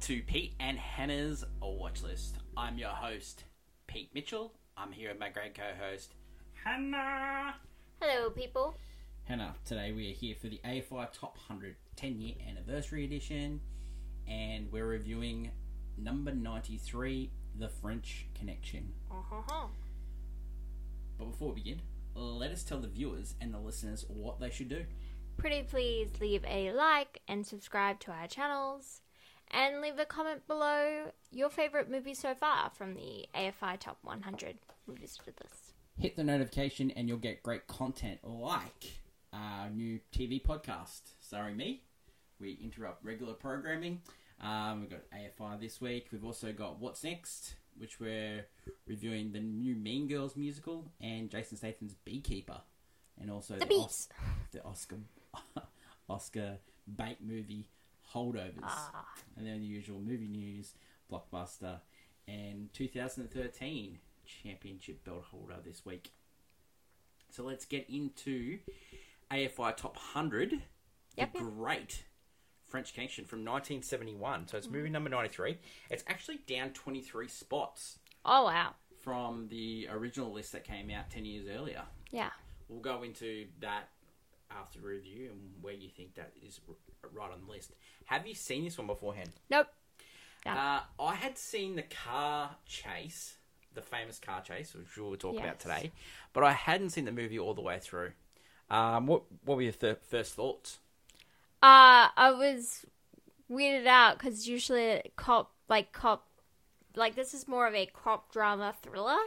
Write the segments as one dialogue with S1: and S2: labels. S1: to Pete and Hannah's Watch List. I'm your host, Pete Mitchell. I'm here with my great co-host, Hannah.
S2: Hello, people.
S1: Hannah, today we are here for the AFI Top 100 10-year anniversary edition, and we're reviewing number 93, The French Connection.
S2: Uh-huh.
S1: But before we begin, let us tell the viewers and the listeners what they should do.
S2: Pretty please leave a like and subscribe to our channels. And leave a comment below your favourite movie so far from the AFI Top 100 movies for this.
S1: Hit the notification and you'll get great content like our new TV podcast starring me. We interrupt regular programming. Um, we've got AFI this week. We've also got What's Next, which we're reviewing the new Mean Girls musical and Jason Statham's Beekeeper, and also
S2: The
S1: Os-
S2: Beats.
S1: the Oscar Oscar bait movie Holdovers,
S2: Ah.
S1: and then the usual movie news, blockbuster, and 2013 championship belt holder this week. So let's get into AFI Top 100, the
S2: Yep, yep.
S1: great French Connection from 1971. So it's
S2: Mm.
S1: movie number 93. It's actually down 23 spots
S2: Oh, wow.
S1: from the original list that came out 10 years earlier
S2: Yeah.
S1: we'll go into that after review and where you think that is r- right on the list. Have you seen this one beforehand?
S2: Nope.
S1: Uh, I had seen the car chase, the famous car chase, which we'll talk about
S2: Yes.
S1: today, but I hadn't seen the movie all the way through. Um, what what were your th- first thoughts?
S2: Uh, I was weirded out because usually cop, like cop, like this is more of a cop drama thriller,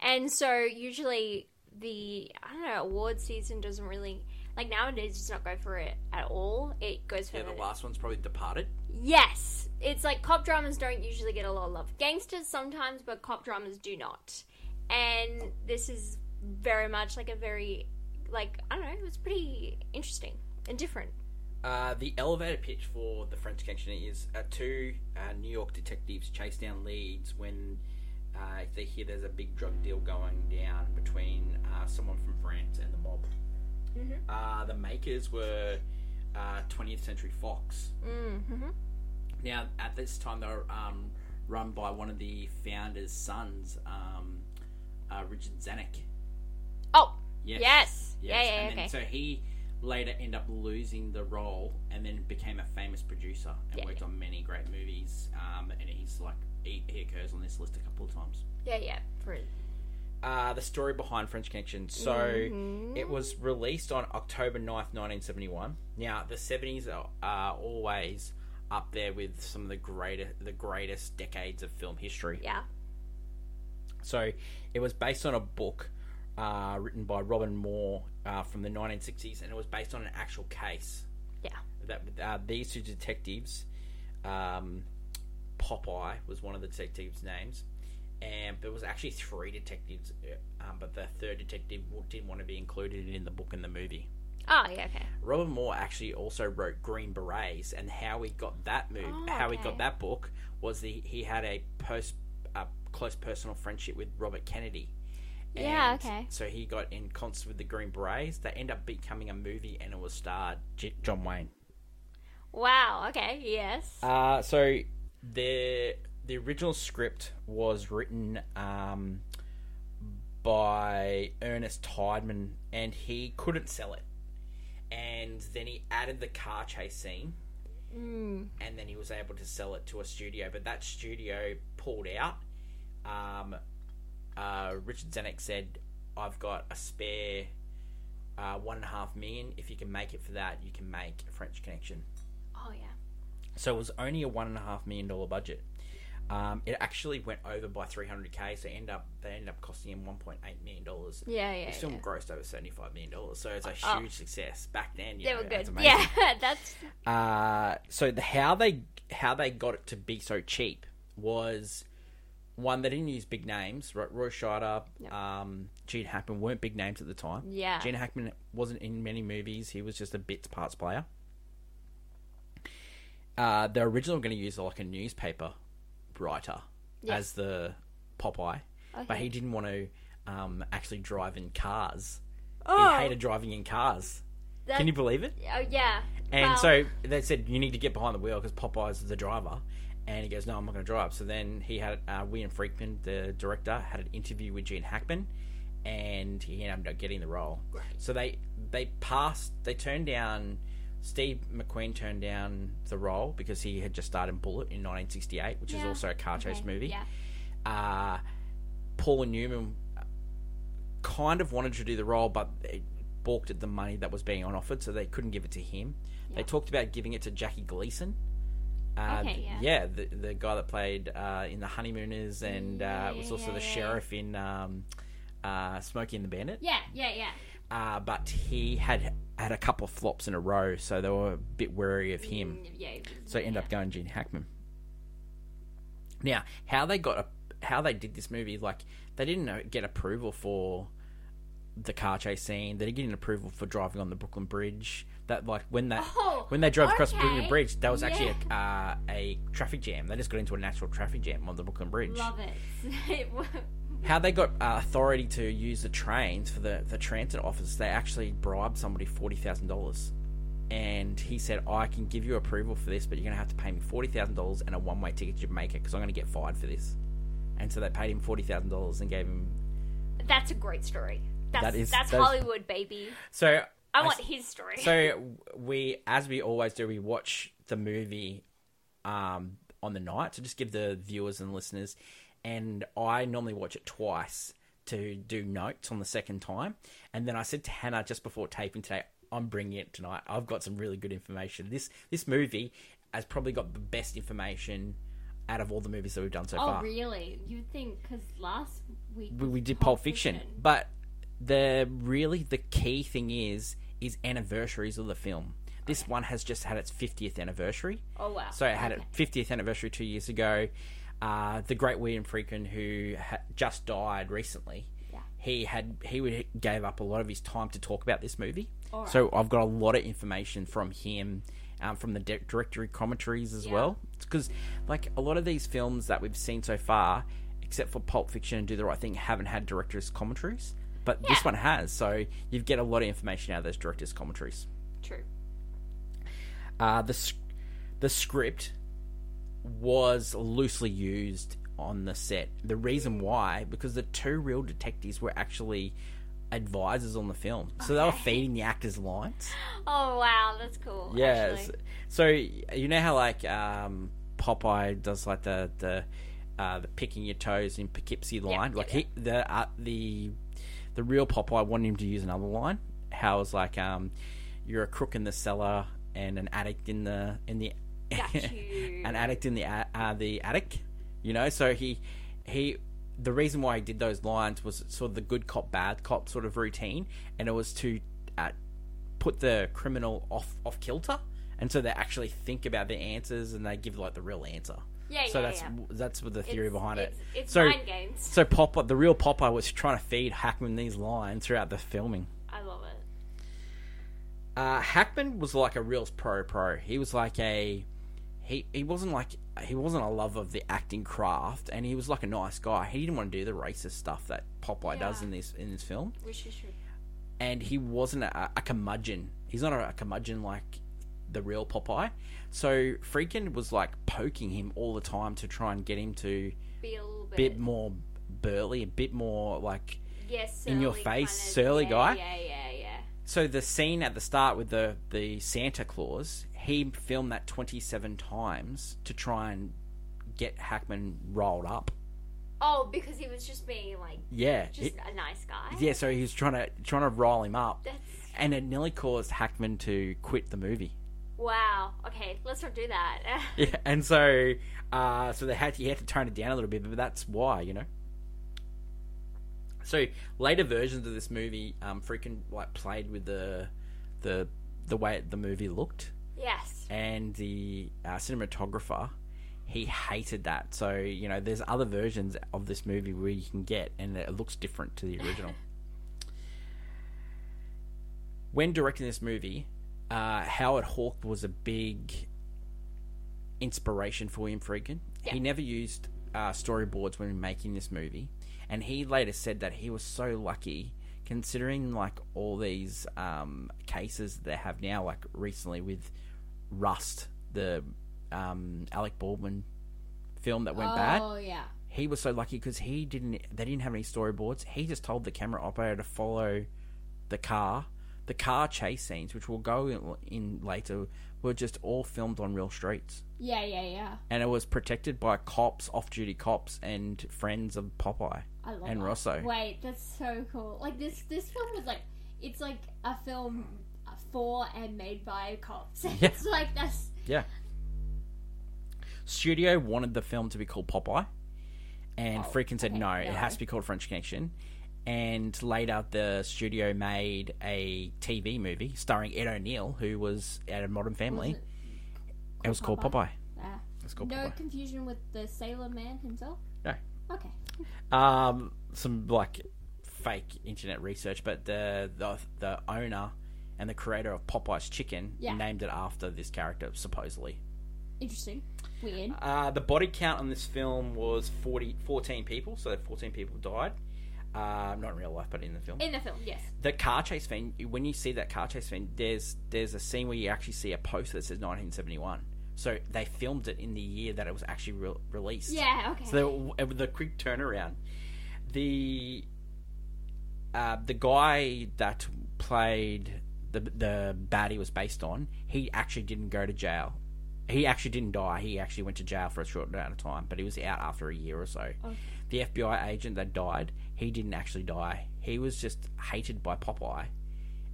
S2: and so usually the I don't know award season doesn't really like nowadays it does not go for it at all. It goes for
S1: Yeah, the last one's probably Departed.
S2: yes, it's like cop dramas don't usually get a lot of love. Gangsters sometimes, but cop dramas do not. And this is very much like a very like I don't know. It was pretty interesting and different.
S1: Uh, the elevator pitch for the French Connection is uh, two uh, New York detectives chase down leads when uh, they hear there's a big drug deal going down between uh, someone from France and the mob.
S2: Mhm.
S1: Uh, the makers were uh, 20th Century Fox.
S2: Mm-hmm.
S1: Now, at this time, they were um, run by one of the founder's sons, um, uh, Richard Zanuck.
S2: Oh,
S1: Yes.
S2: Yes. Yeah, yeah,
S1: and then,
S2: okay.
S1: So he later ended up losing the role and then became a famous producer and
S2: Yeah.
S1: worked on many great movies. Um, and he's like, he, he occurs on this list a couple of times.
S2: yeah, yeah. For
S1: Uh, the story behind French Connection. So it was released on October 9th, 1971. Now, the 70s are, are always up there with some of the greater the greatest decades of film history.
S2: yeah,
S1: So it was based on a book uh, written by Robin Moore uh, from the 1960s, and it was based on an actual case
S2: yeah,
S1: that uh, these two detectives, um, Popeye was one of the detectives' names, and there was actually three detectives, uh, um, but the third detective w- didn't want to be included in the book and the movie.
S2: oh yeah, okay,
S1: Robin Moore actually also wrote Green Berets, and how he got that move,
S2: Oh,
S1: how he
S2: okay.
S1: got that book, was the, he had a post, a close personal friendship with Robert Kennedy.
S2: Yeah,
S1: And
S2: okay.
S1: So he got in concert with the Green Berets. They end up becoming a movie, and it was starred J- John Wayne.
S2: wow, okay, yes,
S1: Uh, so the the original script was written um, by Ernest Tideman, and he couldn't sell it. And then he added the car chase scene,
S2: mm,
S1: and then he was able to sell it to a studio. But that studio pulled out. Um, uh, Richard Zanuck said, "I've got a spare uh, one and a half million. If you can make it for that, you can make French Connection."
S2: oh yeah,
S1: So it was only a one and a half million dollar budget. Um, it actually went over by 300k, so end up they ended up costing him 1.8 million dollars.
S2: yeah, yeah.
S1: It still
S2: yeah.
S1: grossed over 75 million dollars, so it's a huge
S2: Oh.
S1: success back then. You
S2: They
S1: know,
S2: were
S1: that's
S2: good.
S1: amazing.
S2: Yeah, that's
S1: Uh, so the how they how they got it to be so cheap was one they didn't use big names. Right, Roy Scheider,
S2: No.
S1: um, Gene Hackman weren't big names at the time.
S2: Yeah.
S1: Gene Hackman wasn't in many movies. He was just a bits parts player. Uh, the original going to use like a newspaper writer
S2: Yeah. Mm-hmm.
S1: as the Popeye, but
S2: Okay.
S1: he didn't want to um, actually drive in cars.
S2: Oh.
S1: He hated driving in cars.
S2: that,
S1: Can you believe it?
S2: oh yeah,
S1: And
S2: Well,
S1: so they said you need to get behind the wheel because Popeye's the driver, And he goes, "No, I'm not going to drive." So then he had uh, William Friedkin, the director, had an interview with Gene Hackman, and he ended up getting the role. So they they passed. They turned down. Steve McQueen turned down the role because he had just starred in Bullet in 1968, which is
S3: Yeah.
S1: also a car chase
S3: Okay,
S1: movie.
S3: Yeah.
S1: Uh, Paula Newman kind of wanted to do the role, but they balked at the money that was being on offered, so they couldn't give it to him. They
S3: Yeah.
S1: talked about giving it to Jackie Gleason. Uh,
S3: Okay,
S1: th-
S3: yeah.
S1: the, the guy that played uh, in The Honeymooners and uh,
S3: Yeah,
S1: was
S3: yeah,
S1: also
S3: yeah,
S1: the
S3: yeah.
S1: sheriff in um, uh, Smokey and the Bandit.
S3: Yeah, yeah, yeah.
S1: Uh, but he had had a couple of flops in a row, so they were a bit wary of him.
S3: Mm, Yeah.
S1: So end up going Gene Hackman. Now, how they got a, how they did this movie, like they didn't uh, get approval for the car chase scene. They didn't get an approval for driving on the Brooklyn Bridge. That like when that
S3: Oh,
S1: when they drove across the Brooklyn
S3: okay.
S1: Bridge, that was actually a, uh, a traffic jam. They just got into a natural traffic jam on the Brooklyn Bridge.
S3: Love it. It wa-
S1: How they got uh, authority to use the trains for the, the transit office, they actually bribed somebody $40,000. And he said, I can give you approval for this, but you're going to have to pay me $40,000 and a one way ticket to Jamaica because I'm going to get fired for this. And so they paid him $40,000 and gave him.
S3: that's a great story. That's
S1: That is-
S3: that's
S1: that is-
S3: Hollywood, baby.
S1: So
S3: I
S1: I
S3: want his story.
S1: so we as we always do we watch the movie um on the night to just give the viewers and listeners and i normally watch it twice to do notes on the second time and then i said to hannah just before taping today i'm bringing it tonight i've got some really good information this this movie has probably got the best information out of all the movies that we've done so
S3: oh,
S1: far
S3: really? You'd think because last week
S1: we, we
S3: was
S1: did Pulp Fiction. But the really the key thing is is anniversaries of the film. This one has just had its 50th anniversary.
S3: Oh wow!
S1: So it had
S3: Okay.
S1: its 50th anniversary two years ago. Uh, the great William Friedkin, who ha- just died recently,
S3: Yeah.
S1: he had he would, gave up a lot of his time to talk about this movie.
S3: All right.
S1: So I've got a lot of information from him, um, from the di- directory commentaries as
S3: Yeah.
S1: well. Because like a lot of these films that we've seen so far, except for Pulp Fiction and Do the Right Thing, haven't had directors' commentaries. But this
S3: Yeah.
S1: one has, so you get a lot of information out of those directors' commentaries.
S3: True.
S1: Uh, the sc- the script was loosely used on the set. The reason why, because the two real detectives were actually advisors on the film, so they were feeding the actors lines.
S3: Oh wow, that's cool.
S1: Yes.
S3: actually.
S1: So you know how like um, Popeye does like the the uh, the picking your toes in Poughkeepsie line.
S3: yeah,
S1: like he the uh, the the real Popeye wanted him to use another line. How it was like um, you're a crook in the cellar and an addict in the in the
S3: Got you.
S1: an addict in the a- uh, the attic. You know, so he he the reason why he did those lines was sort of the good cop bad cop sort of routine, and it was to uh, put the criminal off off kilter, and so they actually think about their answers and they give like the real answer.
S3: Yeah,
S1: So
S3: yeah,
S1: that's
S3: yeah.
S1: that's what the theory
S3: It's-
S1: behind it.
S3: it's- it's
S1: so
S3: mind games.
S1: so Popeye, the real Popeye, was trying to feed Hackman these lines throughout the filming.
S3: I love it.
S1: Uh, Hackman was like a real pro pro. He was like a he he wasn't like he wasn't a lover of the acting craft, and he was like a nice guy. He didn't want to do the racist stuff that Popeye does
S3: Yeah.
S1: in this in this film,
S3: Which is true.
S1: and he wasn't a, a curmudgeon. He's not a, a curmudgeon like the real Popeye. So Freakin was like poking him all the time to try and get him to
S3: Be a little bit,
S1: bit more burly, a bit more like
S3: yes,
S1: in your
S3: surly
S1: face,
S3: kinda-
S1: surly
S3: yeah,
S1: guy.
S3: Yeah, yeah, yeah.
S1: So the scene at the start with the the Santa Claus, he filmed that twenty seven times to try and get Hackman rolled up.
S3: Oh, because he was just being like
S1: Yeah,
S3: just
S1: it-
S3: a nice guy.
S1: yeah. So he was trying to trying to roll him up,
S3: That's
S1: and it nearly caused Hackman to quit the movie.
S3: wow. Okay, let's not do that.
S1: Yeah, and so uh, so they had to, he had to tone it down a little bit, but that's why you know. So later versions of this movie, um, freaking like played with the the the way the movie looked.
S3: yes.
S1: and the uh, cinematographer he hated that so you know there's other versions of this movie where you can get and it looks different to the original when directing this movie uh, howard hawke was a big inspiration for him freaking he
S3: Yeah.
S1: never used uh, storyboards when making this movie and he later said that he was so lucky considering like all these um, cases that they have now like recently with Rust, the um, Alec Baldwin film that went bad.
S2: Oh yeah.
S1: he was so lucky because he didn't they didn't have any storyboards he just told the camera operator to follow the car the car chase scenes which will go in, in later were just all filmed on real streets
S2: Yeah, yeah, yeah.
S1: and it was protected by cops off-duty cops and friends of popeye
S2: I love
S1: and
S2: that.
S1: rosso
S2: Wait, that's so cool. Like this this film was like it's like a film for and made by cops.
S1: Yeah.
S2: it's like that's
S1: yeah studio wanted the film to be called popeye and
S2: Oh,
S1: freaking said
S2: okay,
S1: no it
S2: no.
S1: has to be called french connection and later the studio made a tv movie starring ed o'neill who was out of modern family
S2: Was
S1: It was called Popeye.
S2: Ah.
S1: It's called
S2: no
S1: Popeye.
S2: confusion with the Sailor Man himself.
S1: No.
S2: Okay.
S1: Um, some like fake internet research, but the the, the owner and the creator of Popeye's Chicken
S2: Yeah.
S1: named it after this character, supposedly.
S2: Interesting. Weird.
S1: Uh, the body count on this film was 40, 14 people, so 14 people died. Uh, not in real life, but in the film.
S2: In the film, yes.
S1: the car chase thing, when you see that car chase thing, there's there's a scene where you actually see a poster that says 1971. So they filmed it in the year that it was actually re- released.
S2: Yeah, okay.
S1: So they were- it was a quick turnaround. The uh, the guy that played the the baddie was based on. He actually didn't go to jail. He actually didn't die. He actually went to jail for a short amount of time, but he was out after a year or so. The FBI agent that died, he didn't actually die. He was just hated by Popeye,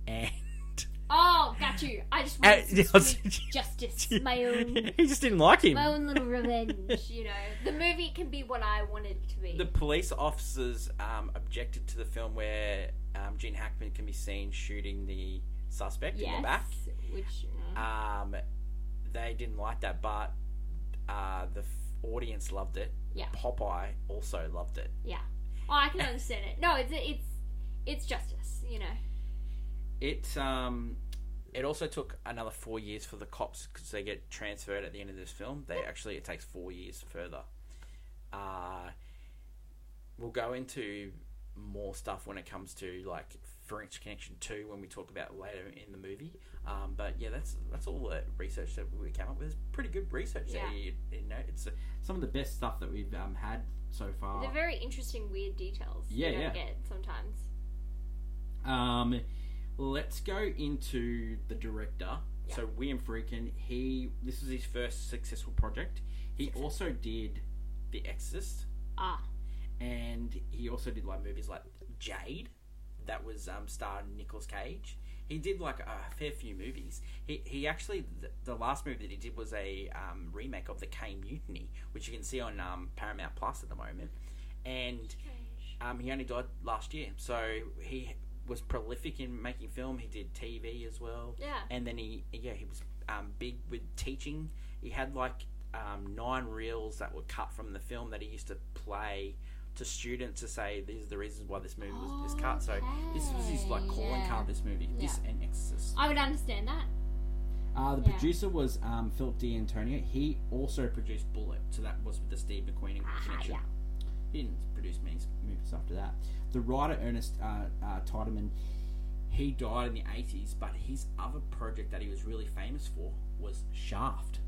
S1: and
S2: oh, got you. I just
S1: Uh,
S2: wanted
S1: yeah,
S2: some sweet justice. My own
S1: he just didn't like him.
S2: my own little revenge, you know. The movie can be what I wanted it to be.
S1: The police officers um, objected to the film where um, Gene Hackman can be seen shooting the suspect in
S2: yes,
S1: the back.
S2: which uh,
S1: Um, they didn't like that, but uh, the f- audience loved it.
S2: Yeah.
S1: Popeye also loved it.
S2: Yeah. Oh, I can understand it. No, it's it's it's justice, you know.
S1: It um, it also took another four years for the cops because they get transferred at the end of this film. They actually it takes four years further. Uh, we'll go into more stuff when it comes to like French Connection Two when we talk about later in the movie. Um, but yeah, that's that's all the research that we came up with. It's pretty good research.
S2: Yeah.
S1: That you, you know, it's uh, some of the best stuff that we've um, had so far.
S2: They're very interesting, weird details.
S1: Yeah,
S2: you don't
S1: yeah.
S2: Get sometimes.
S1: Um, let's go into the director.
S2: Yeah.
S1: So William Freakin, he this was his first successful project. He also did The Exorcist,
S2: Ah,
S1: and he also did like movies like Jade, that was um, starring Nicolas Cage. He did like a fair few movies. He he actually the, the last movie that he did was a um, remake of The K Mutiny, which you can see on um, Paramount Plus at the moment, and. Um, he only died last year, so he was prolific in making film. He did TV as well,
S2: yeah.
S1: and then he yeah he was um, big with teaching. He had like um, nine reels that were cut from the film that he used to play to students to say these are the reasons why this movie was this cut. So this was his like
S2: Oh, Okay,
S1: calling
S2: yeah.
S1: card. This movie, this and Exorcist.
S2: I would understand that.
S1: Uh, the
S2: Yeah.
S1: producer was um, Philip D'Antonio. He also produced Bullet, so that was with the Steve McQueen connection.
S2: Ah, yeah.
S1: He didn't produce many s- movies after that. The writer Ernest uh, uh, Tiedemann, he died in the eighties, but his other project that he was really famous for was Shaft.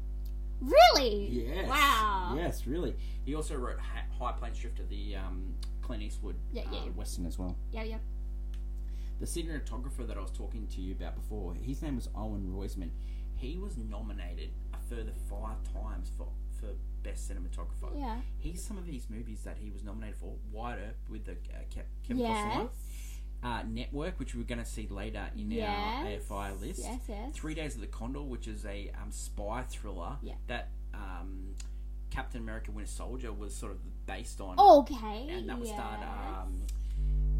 S2: Really?
S1: Yes.
S2: Wow.
S1: Yes, really. He also wrote Hi- High Plains Drifter, the um, Clint Eastwood
S2: Yeah, yeah,
S1: uh,
S2: yeah.
S1: western as well.
S2: Yeah, yeah.
S1: The cinematographer that I was talking to you about before, his name was Owen Roisman. He was nominated a further five times for, for best cinematographer.
S2: Yeah.
S1: Here's some of these movies that he was nominated for: Wide Earth with the uh, Ke- Kevin
S2: Yes.
S1: Costner, uh, Network, which we're going to see later in
S2: Yes.
S1: our AFI list,
S2: Yes, yes.
S1: Three Days of the Condor, which is a um, spy thriller
S2: Yeah.
S1: that um, Captain America: Winter Soldier was sort of based on
S2: Okay.
S1: and that was
S2: yes.
S1: starred um,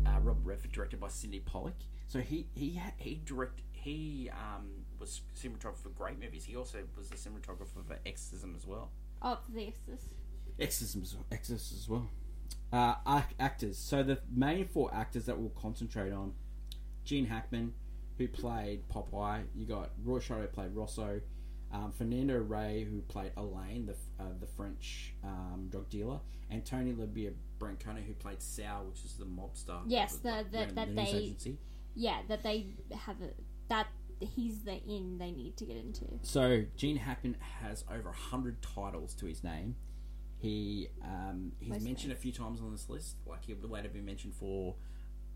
S1: uh, Rob Redford, directed by Sidney Pollock. So he he ha- he direct he um, was cinematographer for great movies. He also was the cinematographer for Exorcism as well.
S2: Oh, this is
S1: Exorcism, as- Exorcist as well. Uh, ac- actors. So the main four actors that we'll concentrate on: Gene Hackman, who played Popeye. You got Roy Scheider, who played Rosso. Um, Fernando Rey, who played Elaine, the f- uh, the French um, drug dealer, and Tony Libia Brancona, who played Sal, which is the mobster.
S2: Yes,
S1: that was,
S2: the-
S1: like, ran
S2: the- that
S1: news
S2: they-
S1: agency.
S2: yeah. That they have a, that he's the inn they need to get into.
S1: So Gene Hackman has over hundred titles to his name. He um, he's
S3: Most
S1: mentioned a few times on this list. Like he would later be mentioned for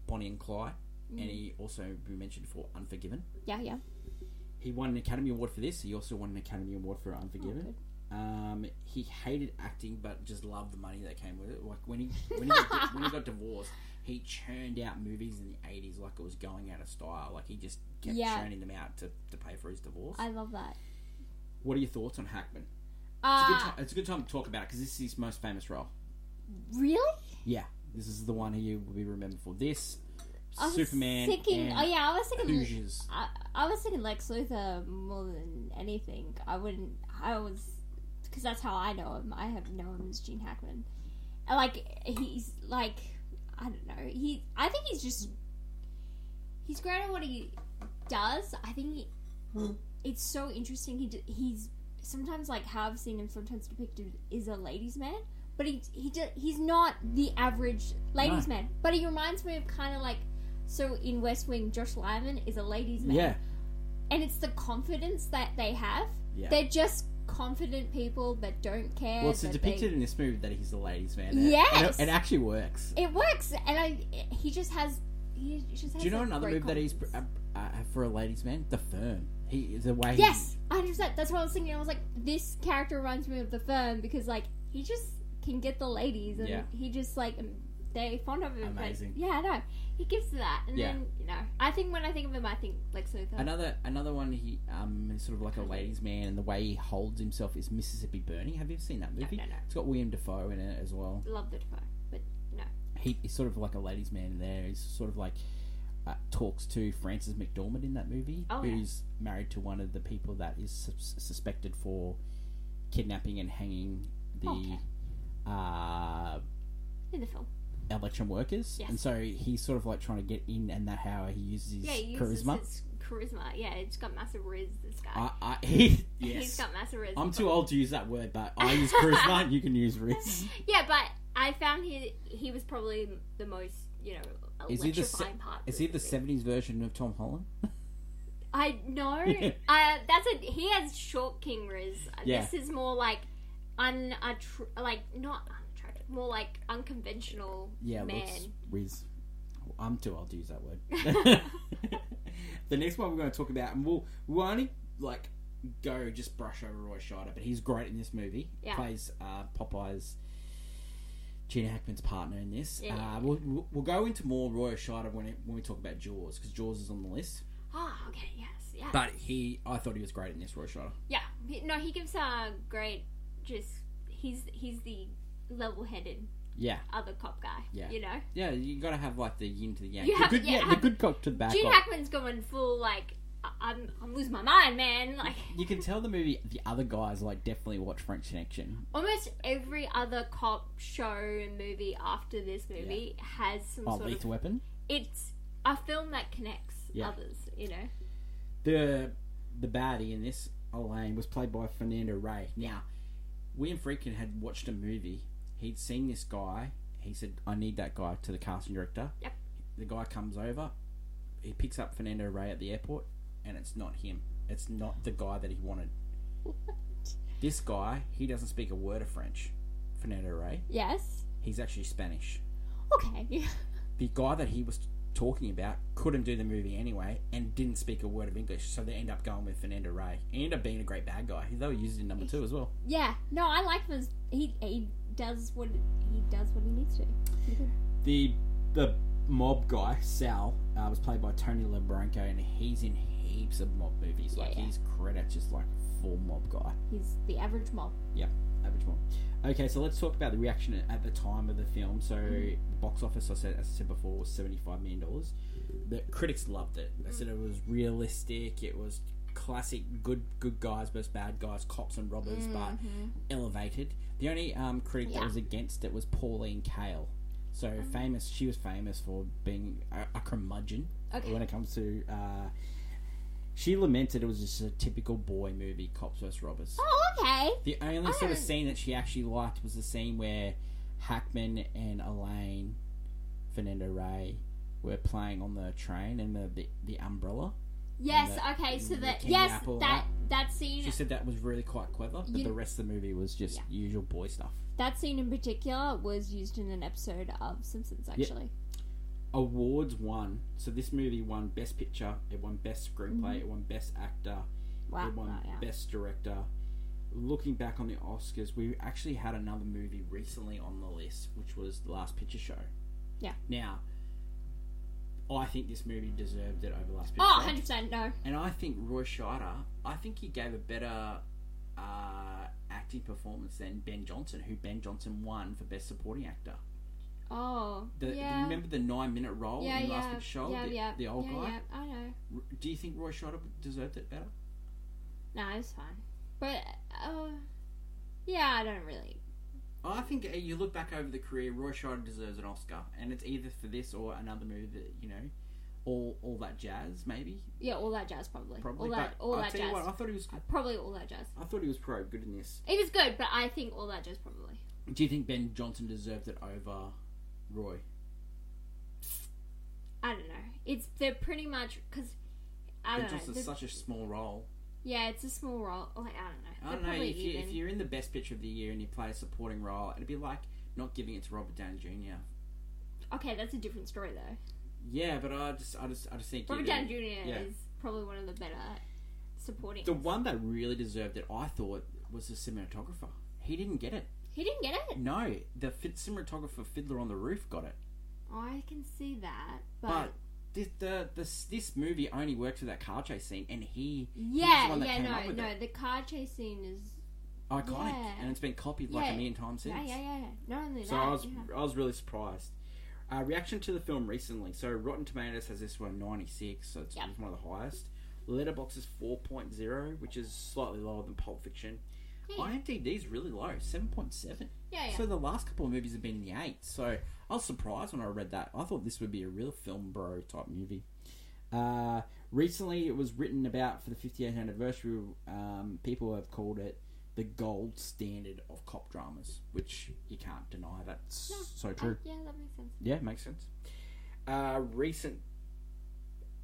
S1: Bonnie and Clyde, and
S2: Mm.
S1: he also be mentioned for Unforgiven.
S2: Yeah, yeah.
S1: He won an Academy Award for this. He also won an Academy Award for Unforgiven.
S2: Oh, good.
S1: um, he hated acting, but just loved the money that came with it. Like when he when he got, when he got divorced, he churned out movies in the eighties like it was going out of style. Like he just kept
S2: Yeah.
S1: churning them out to, to pay for his divorce.
S2: I love that.
S1: what are your thoughts on Hackman? It's a, good
S2: Uh,
S1: time, it's a good time to talk about it because this is his most famous role.
S2: really?
S1: Yeah, this is the one he will be remembered for. This
S2: I was
S1: Superman
S2: Thinking,
S1: and
S2: oh yeah, I was thinking.
S1: Hoosiers.
S2: I, I was thinking Lex Luthor more than anything. I wouldn't. I was because that's how I know him. I have known him as Gene Hackman. And, Like he's like I don't know. He I think he's just he's great at what he does. I think he, it's so interesting. He d- he's sometimes like how I've seen him sometimes depicted is a ladies' man, but he he d- he's not the average ladies' man. But he reminds me of kind of like so in West Wing, Josh Lyman is a ladies' man,
S1: Yeah,
S2: and it's the confidence that they have.
S1: yeah.
S2: They're just confident people that don't care.
S1: well, it's
S2: that they-
S1: depicted in this movie that he's the ladies' man. and it-
S2: Yes!
S1: and it, it actually works.
S2: It works, and I he just has. He just has
S1: Do you know
S2: that
S1: another
S2: great
S1: move that he's pr-
S2: confidence.
S1: uh, uh, for a ladies' man? The firm. He the way. he-
S2: Yes, hundred percent. That's what I was thinking. I was like, this character reminds me of the firm because like he just can get the ladies, and
S1: Yeah.
S2: he just like um, they fond of him. like-
S1: Amazing.
S2: yeah, I know. He gives to that, and
S1: Yeah. uh,
S2: then you know, I think when I think of him, I think Lex Luthor.
S1: Another another one he um is sort of like a ladies' man, and the way he holds himself is Mississippi Burning. Have you ever seen that
S2: no,
S1: movie?
S2: no, no.
S1: It's got William Defoe in it as well.
S2: Love the Defoe, but
S1: he, he's sort of like a ladies' man in there. He's sort of like uh, talks to Frances McDormand in that movie,
S2: Oh, yeah.
S1: who's married to one of the people that is sus- suspected for kidnapping and hanging the
S2: Okay.
S1: uh,
S2: in the film,
S1: election workers.
S2: Yes.
S1: And so he's sort of like trying to get in, and that how he uses his
S2: yeah, he uses
S1: charisma.
S2: his charisma. Yeah, it's got massive riz. This guy,
S1: I, I, he,
S2: he's
S1: Ah, yes.
S2: got massive riz.
S1: I'm too old to use that word, but I use charisma. and you can use riz.
S2: Yeah, but I found he he was probably the most you know
S1: Is he the se-
S2: electrifying part. of
S1: Is he the
S2: movie.
S1: '70s version of Tom Holland?
S2: I know. uh, that's a he has short king riz. Uh,
S1: Yeah.
S2: This is more like unattr like not unattractive, more like unconventional
S1: Yeah,
S2: man.
S1: looks whiz. I'm too old to use that word. the next one we're going to talk about, and we'll we'll only like go just brush over Roy Scheider, but he's great in this movie.
S2: Yeah.
S1: plays uh, Popeye's Gina Hackman's partner in this.
S2: Yeah, yeah,
S1: uh, we'll, we'll we'll go into more Roy Scheider when it, when we talk about Jaws because Jaws is on the list.
S2: Oh, okay, yes, yeah,
S1: But he, I thought he was great in this Roy Scheider.
S2: yeah. He- No, he gives a great. Just he's he's the level-headed
S1: Yeah,
S2: other cop guy.
S1: Yeah.
S2: you know.
S1: yeah, you got to have like the yin to the yang.
S2: You
S1: the
S2: have-
S1: good,
S2: yeah,
S1: the
S2: have-
S1: good cock to the bad
S2: Gene
S1: cock.
S2: Hackman's going full like I- I'm I'm losing my mind, man. Like
S1: You can tell the movie. The other guys like definitely watch French Connection.
S2: almost every other cop show and movie after this movie has some
S1: Oh,
S2: sort of
S1: Lethal Weapon.
S2: it's a film that connects
S1: Yeah.
S2: others, you know.
S1: The the baddie in this Elaine was played by Fernando Rey. Now, William Freakin had watched a movie. He'd seen this guy. He said, "I need that guy." To the casting director.
S2: Yep.
S1: The guy comes over. He picks up Fernando Rey at the airport, and it's not him. It's not the guy that he wanted. This guy, he doesn't speak a word of French. Fernando Rey.
S2: Yes.
S1: He's actually Spanish.
S2: Okay.
S1: the guy that he was talking about couldn't do the movie anyway and didn't speak a word of English, so they end up going with Fernando Ray. He ended up being a great bad guy. They were used in number two as well.
S2: yeah. No, I like him. As, he he does what he does what he needs to.
S1: The the mob guy Sal uh, was played by Tony LeBranco, and he's in heaps of mob movies. Like
S2: Yeah, yeah.
S1: his credits, just like a full mob guy,
S2: He's the average mob.
S1: average mob. Okay, so let's talk about the reaction at the time of the film. So, box office, I said, as I said before, was seventy-five million dollars. The critics loved it. They said it was realistic. It was classic good good guys versus bad guys, cops and robbers, but elevated. The only um, critic that
S2: Yeah.
S1: was against it was Pauline Kael. So famous, she was famous for being a, a curmudgeon
S2: Okay.
S1: when it comes to. Uh, she lamented it was just a typical boy movie, cops versus robbers.
S2: Oh, okay.
S1: The only sort of
S2: don't-
S1: scene that she actually liked was the scene where Hackman and Elaine, Fernando Ray, were playing on the train and the the, the umbrella.
S2: Yes.
S1: the-
S2: okay. So
S1: the
S2: that
S1: King
S2: yes,
S1: Apple,
S2: that that scene
S1: She said that was really quite clever, but
S2: You-
S1: the rest of the movie was just
S2: Yeah.
S1: usual boy stuff.
S2: That scene in particular was used in an episode of Simpsons, actually.
S1: Awards won. So this movie won Best Picture, it won Best Screenplay, it won Best Actor,
S2: Wow.
S1: it won
S2: wow, yeah.
S1: Best Director. Looking back on the Oscars, we actually had another movie recently on the list, which was The Last Picture Show.
S2: Yeah.
S1: Now, I think this movie deserved it over Last Picture
S2: Oh,
S1: Show.
S2: 100% no.
S1: And I think Roy Scheider, I think he gave a better uh, acting performance than Ben Johnson, who Ben Johnson won for Best Supporting Actor.
S2: Oh.
S1: The, the-
S2: yeah.
S1: remember the nine minute role
S2: yeah,
S1: in
S2: yeah.
S1: Last Week's Show?
S2: yeah,
S1: the,
S2: yeah.
S1: the old
S2: yeah,
S1: guy?
S2: Yeah, I know.
S1: R- Do you think Roy Scheider deserved it better?
S2: No, it's fine. But, uh, yeah, I don't really.
S1: I think uh, you look back over the career, Roy Scheider deserves an Oscar, and it's either for this or another movie that, you know, all, all that jazz, maybe?
S2: Yeah, all that jazz, probably.
S1: Probably.
S2: all that,
S1: but
S2: all
S1: I'll
S2: that
S1: tell
S2: jazz.
S1: you what, I thought he was,
S2: Probably all that jazz.
S1: I thought he was pro good in this.
S2: It was good, but I think all that jazz probably.
S1: Do you think Ben Johnson deserved it over Roy?
S2: I don't know. It's they're pretty much because
S1: Ben
S2: I don't know.
S1: Johnson's
S2: They're-
S1: such a small role.
S2: Yeah, it's a small role. Like I don't know.
S1: I
S2: They're
S1: don't know
S2: probably
S1: if, you,
S2: even.
S1: if you're in the best picture of the year and you play a supporting role, it'd be like not giving it to Robert Downey Jr.
S2: Okay, that's a different story though.
S1: Yeah, but I just, I just, I just think
S2: Robert
S1: it-
S2: Downey Jr.
S1: yeah.
S2: is probably one of the better supporting.
S1: the one that really deserved it, I thought, was the cinematographer. He didn't get it.
S2: He didn't get it.
S1: No, the fit cinematographer Fiddler on the Roof got it.
S2: I can see that, but,
S1: But this, the, this, this movie only worked for that car chase scene, and he he's the
S2: yeah,
S1: one that
S2: yeah,
S1: came up
S2: no,
S1: with
S2: no.
S1: it.
S2: The car chase scene is
S1: iconic,
S2: Yeah.
S1: and it's been copied like
S2: Yeah.
S1: a million times since.
S2: yeah, yeah, yeah, yeah. Not only
S1: So
S2: that,
S1: I was
S2: yeah.
S1: I was really surprised. Uh, reaction to the film recently. So Rotten Tomatoes has this one 96, so it's
S2: Yep.
S1: it's one of the highest. Letterbox is 4.0, which is slightly lower than Pulp Fiction.
S2: Yeah.
S1: IMDb is really low, 7.7.
S2: yeah, yeah.
S1: So the last couple of movies have been in the 8. So I was surprised when I read that. I thought this would be a real film bro type movie. Uh, recently, it was written about for the 58th anniversary. Um, people have called it the gold standard of cop dramas, which you can't deny. That's so true.
S2: yeah, that makes sense.
S1: Yeah, makes sense. Uh, recent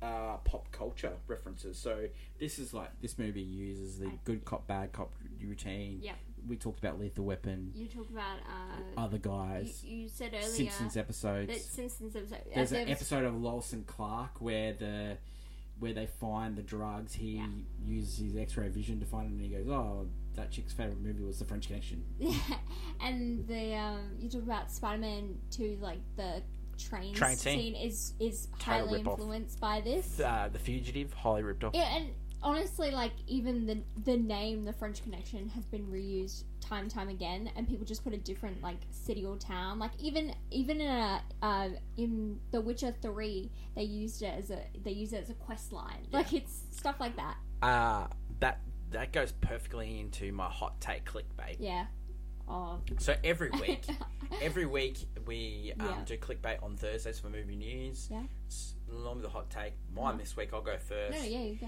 S1: uh, pop culture references. So this is like this movie uses the good cop, bad cop routine.
S2: Yep.
S1: We talked about Lethal Weapon,
S2: You talk about uh,
S1: other
S2: you,
S1: guys,
S2: you said earlier
S1: Simpsons episodes.
S2: that Simpsons episode. uh,
S1: There's an
S2: episode-
S1: episode of Lois and Clark where the where they find the drugs. He
S2: Yeah.
S1: uses his X-ray vision to find it, and he goes, "Oh, that chick's favorite movie was The French Connection."
S2: and the um, you talk about Spider-Man 2, like the train,
S4: Train scene.
S2: scene is is
S4: Total
S2: highly
S4: rip-off.
S2: influenced by this.
S4: Uh, the Fugitive, highly ripped off.
S2: Yeah, and honestly, like even the the name, the French Connection, has been reused time and time again, and people just put a different like city or town. Like even even in a uh, in The Witcher Three, they used it as a they use it as a quest line. Like it's stuff like that.
S4: Uh, that that goes perfectly into my hot take clickbait.
S2: Yeah. Oh.
S4: So every week, every week we um,
S2: Yeah.
S4: do clickbait on Thursdays for movie news.
S2: Yeah. Mm-hmm.
S4: It's normally the hot take. Mine this week. I'll go first.
S2: No, yeah, you go.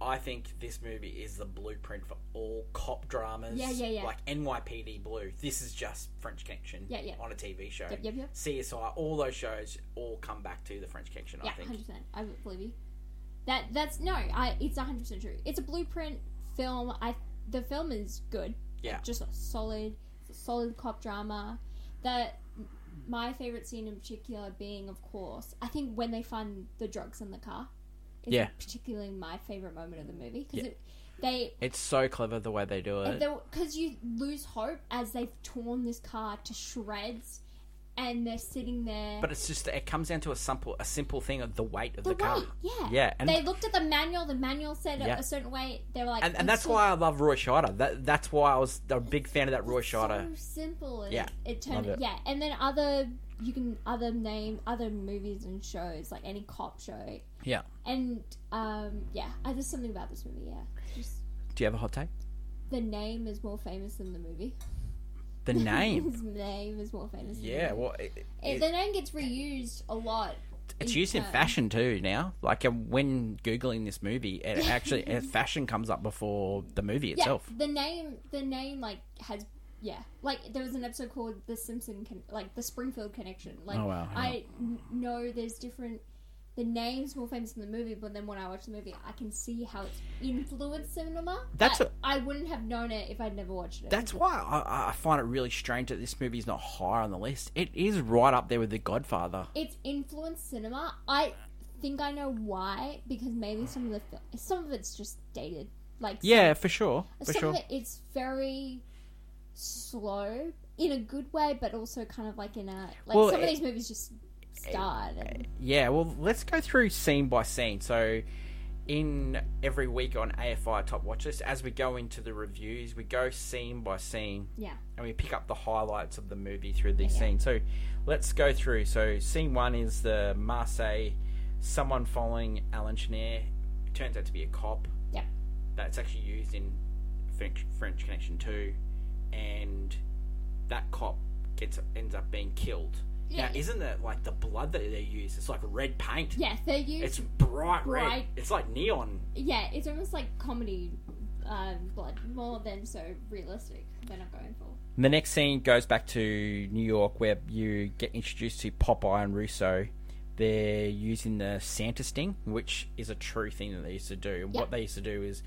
S4: I think this movie is the blueprint for all cop dramas.
S2: Yeah, yeah, yeah.
S4: Like NYPD Blue. This is just French Connection.
S2: Yeah, yeah.
S4: On a TV show.
S2: Yep, yep, yep.
S4: CSI. All those shows all come back to the French Connection.
S2: Yeah,
S4: I think.
S2: hundred percent. I believe you. That that's no, I it's hundred percent true. It's a blueprint film. I the film is good.
S4: Yeah.
S2: just a solid, it's a solid cop drama. That my favorite scene in particular being, of course, I think when they find the drugs in the car. Is
S4: Yeah.
S2: particularly my favorite moment of the movie
S4: Yeah.
S2: because it they
S4: It's so clever the way they do
S2: because you lose hope as they've torn this car to shreds and they're sitting there
S4: But it's just it comes down to a simple a simple thing of the weight of the,
S2: the,
S4: car.
S2: weight, yeah.
S4: Yeah, and-
S2: they looked at the manual. The manual said
S4: Yeah.
S2: a certain way. They were like,
S4: And, and
S2: "It's
S4: that's
S2: so-
S4: why I love Roy Scheider. That that's why I was a big fan of that Roy
S2: it's
S4: Scheider.
S2: So simple. It,
S4: Yeah,
S2: it turned.
S4: love it.
S2: Yeah, and then other you can other name other movies and shows like any cop show.
S4: Yeah.
S2: And um, yeah, I, there's something about this movie. Yeah, It's just
S4: Do you have a hot take?
S2: the name is more famous than the movie.
S4: The name.
S2: His name is more famous. Than
S4: yeah,
S2: the, movie.
S4: well, it,
S2: It-
S4: it-
S2: the name gets reused a lot.
S4: it's
S2: in
S4: used in
S2: terms.
S4: fashion too now. Like um, when googling this movie, it actually it, fashion comes up before the movie
S2: Yeah,
S4: itself.
S2: the name, the name, like has yeah, like there was an episode called the Simpson, Con- like the Springfield Connection. Like
S4: Oh, wow, yeah.
S2: I n- know there's different the name's more famous in the movie, but then when I watch the movie, I can see how it's influenced cinema.
S1: That's
S2: I
S1: a-
S2: I wouldn't have known it if I'd never watched it.
S1: That's why I, I find it really strange that this movie is not higher on the list. It is right up there with The Godfather.
S2: it's influenced cinema. I think I know why because maybe some of the fil- some of it's just dated. Like
S1: Yeah, for sure, for
S2: some
S1: sure.
S2: of it it's very slow in a good way, but also kind of like in a like
S1: Well,
S2: some of
S1: it-
S2: these movies just start. And,
S1: Yeah, well, let's go through scene by scene. So, in every week on AFI Top Watch List, as we go into the reviews, we go scene by scene
S2: yeah,
S1: and we pick up the highlights of the movie through these
S2: Yeah.
S1: scenes. So, let's go through. So, scene one is the Marseille, someone following Alan Chenier. It turns out to be a cop.
S2: Yep.
S1: That's actually used in French, French Connection 2. And that cop gets ends up being killed. Yeah,
S2: yeah,
S1: isn't it like the blood that they use? It's like red paint.
S2: yeah. They use
S1: It's bright, red.
S2: Bright.
S1: It's like neon.
S2: yeah. It's almost like comedy um, blood more than so realistic. They're not going for.
S1: The next scene goes back to New York where you get introduced to Popeye and Russo. They're using the Santa sting, which is a true thing that they used to do.
S2: Yeah.
S1: What they used to do is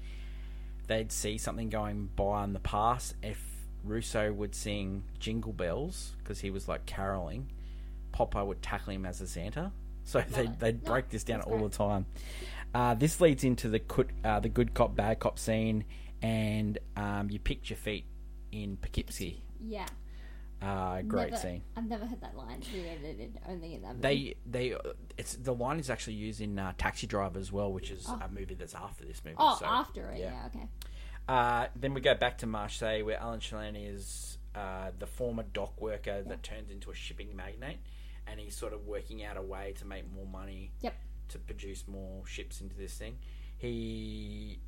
S1: they'd see something going by in the past. If Russo would sing Jingle Bells, because he was like caroling, Popeye would tackle him as a Santa. So they,
S2: it.
S1: they'd
S2: No,
S1: break this down
S2: that's
S1: all
S2: great.
S1: the time. Uh, this leads into the good, uh, the good cop, bad cop scene, and um, you picked your feet in Poughkeepsie.
S2: Yeah,
S1: Uh, great
S2: never,
S1: scene.
S2: I've never heard that line re-edited only in that. Movie.
S1: They they it's the line is actually used in uh, Taxi Driver as well, which is
S2: Oh.
S1: a movie that's after this movie.
S2: oh
S1: so.
S2: after it.
S1: yeah.
S2: Yeah, okay.
S1: Uh, then we go back to Marseille, where Alan Chalane is uh, the former dock worker that turns into a shipping magnate, and he's sort of working out a way to make more money.
S2: Yep.
S1: To produce more ships into this thing, he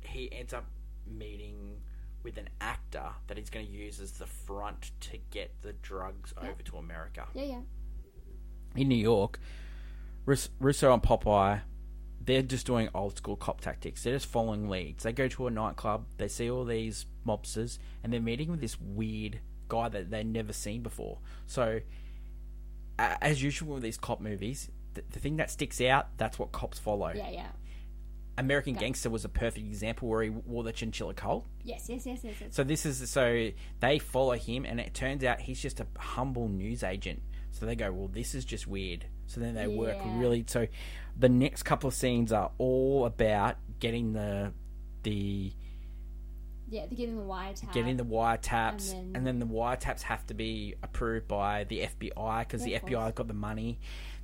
S1: he ends up meeting with an actor that he's going to use as the front to get the drugs over to America
S2: Yeah, yeah.
S1: in New York, Rus- Russo and Popeye, they're just doing old school cop tactics. They're just following leads. They go to a nightclub, they see all these mobsters, and they're meeting with this weird guy that they've never seen before. So, a- as usual with these cop movies, th- the thing that sticks out, that's what cops follow.
S2: Yeah, yeah.
S1: American Gangster was a perfect example where he wore the chinchilla coat.
S2: Yes, yes, yes, yes, yes.
S1: So this is so they follow him, and it turns out he's just a humble news agent. So they go, well, this is just weird. So then they work
S2: Yeah.
S1: really. So the next couple of scenes are all about getting the the
S2: Yeah, they're giving the wiretap.
S1: getting the wiretaps, and
S2: Ah, And
S1: then,
S2: then-
S1: the wiretaps have to be approved by the FBI because
S2: Yeah,
S1: the
S2: of
S1: FBI
S2: course.
S1: got the money.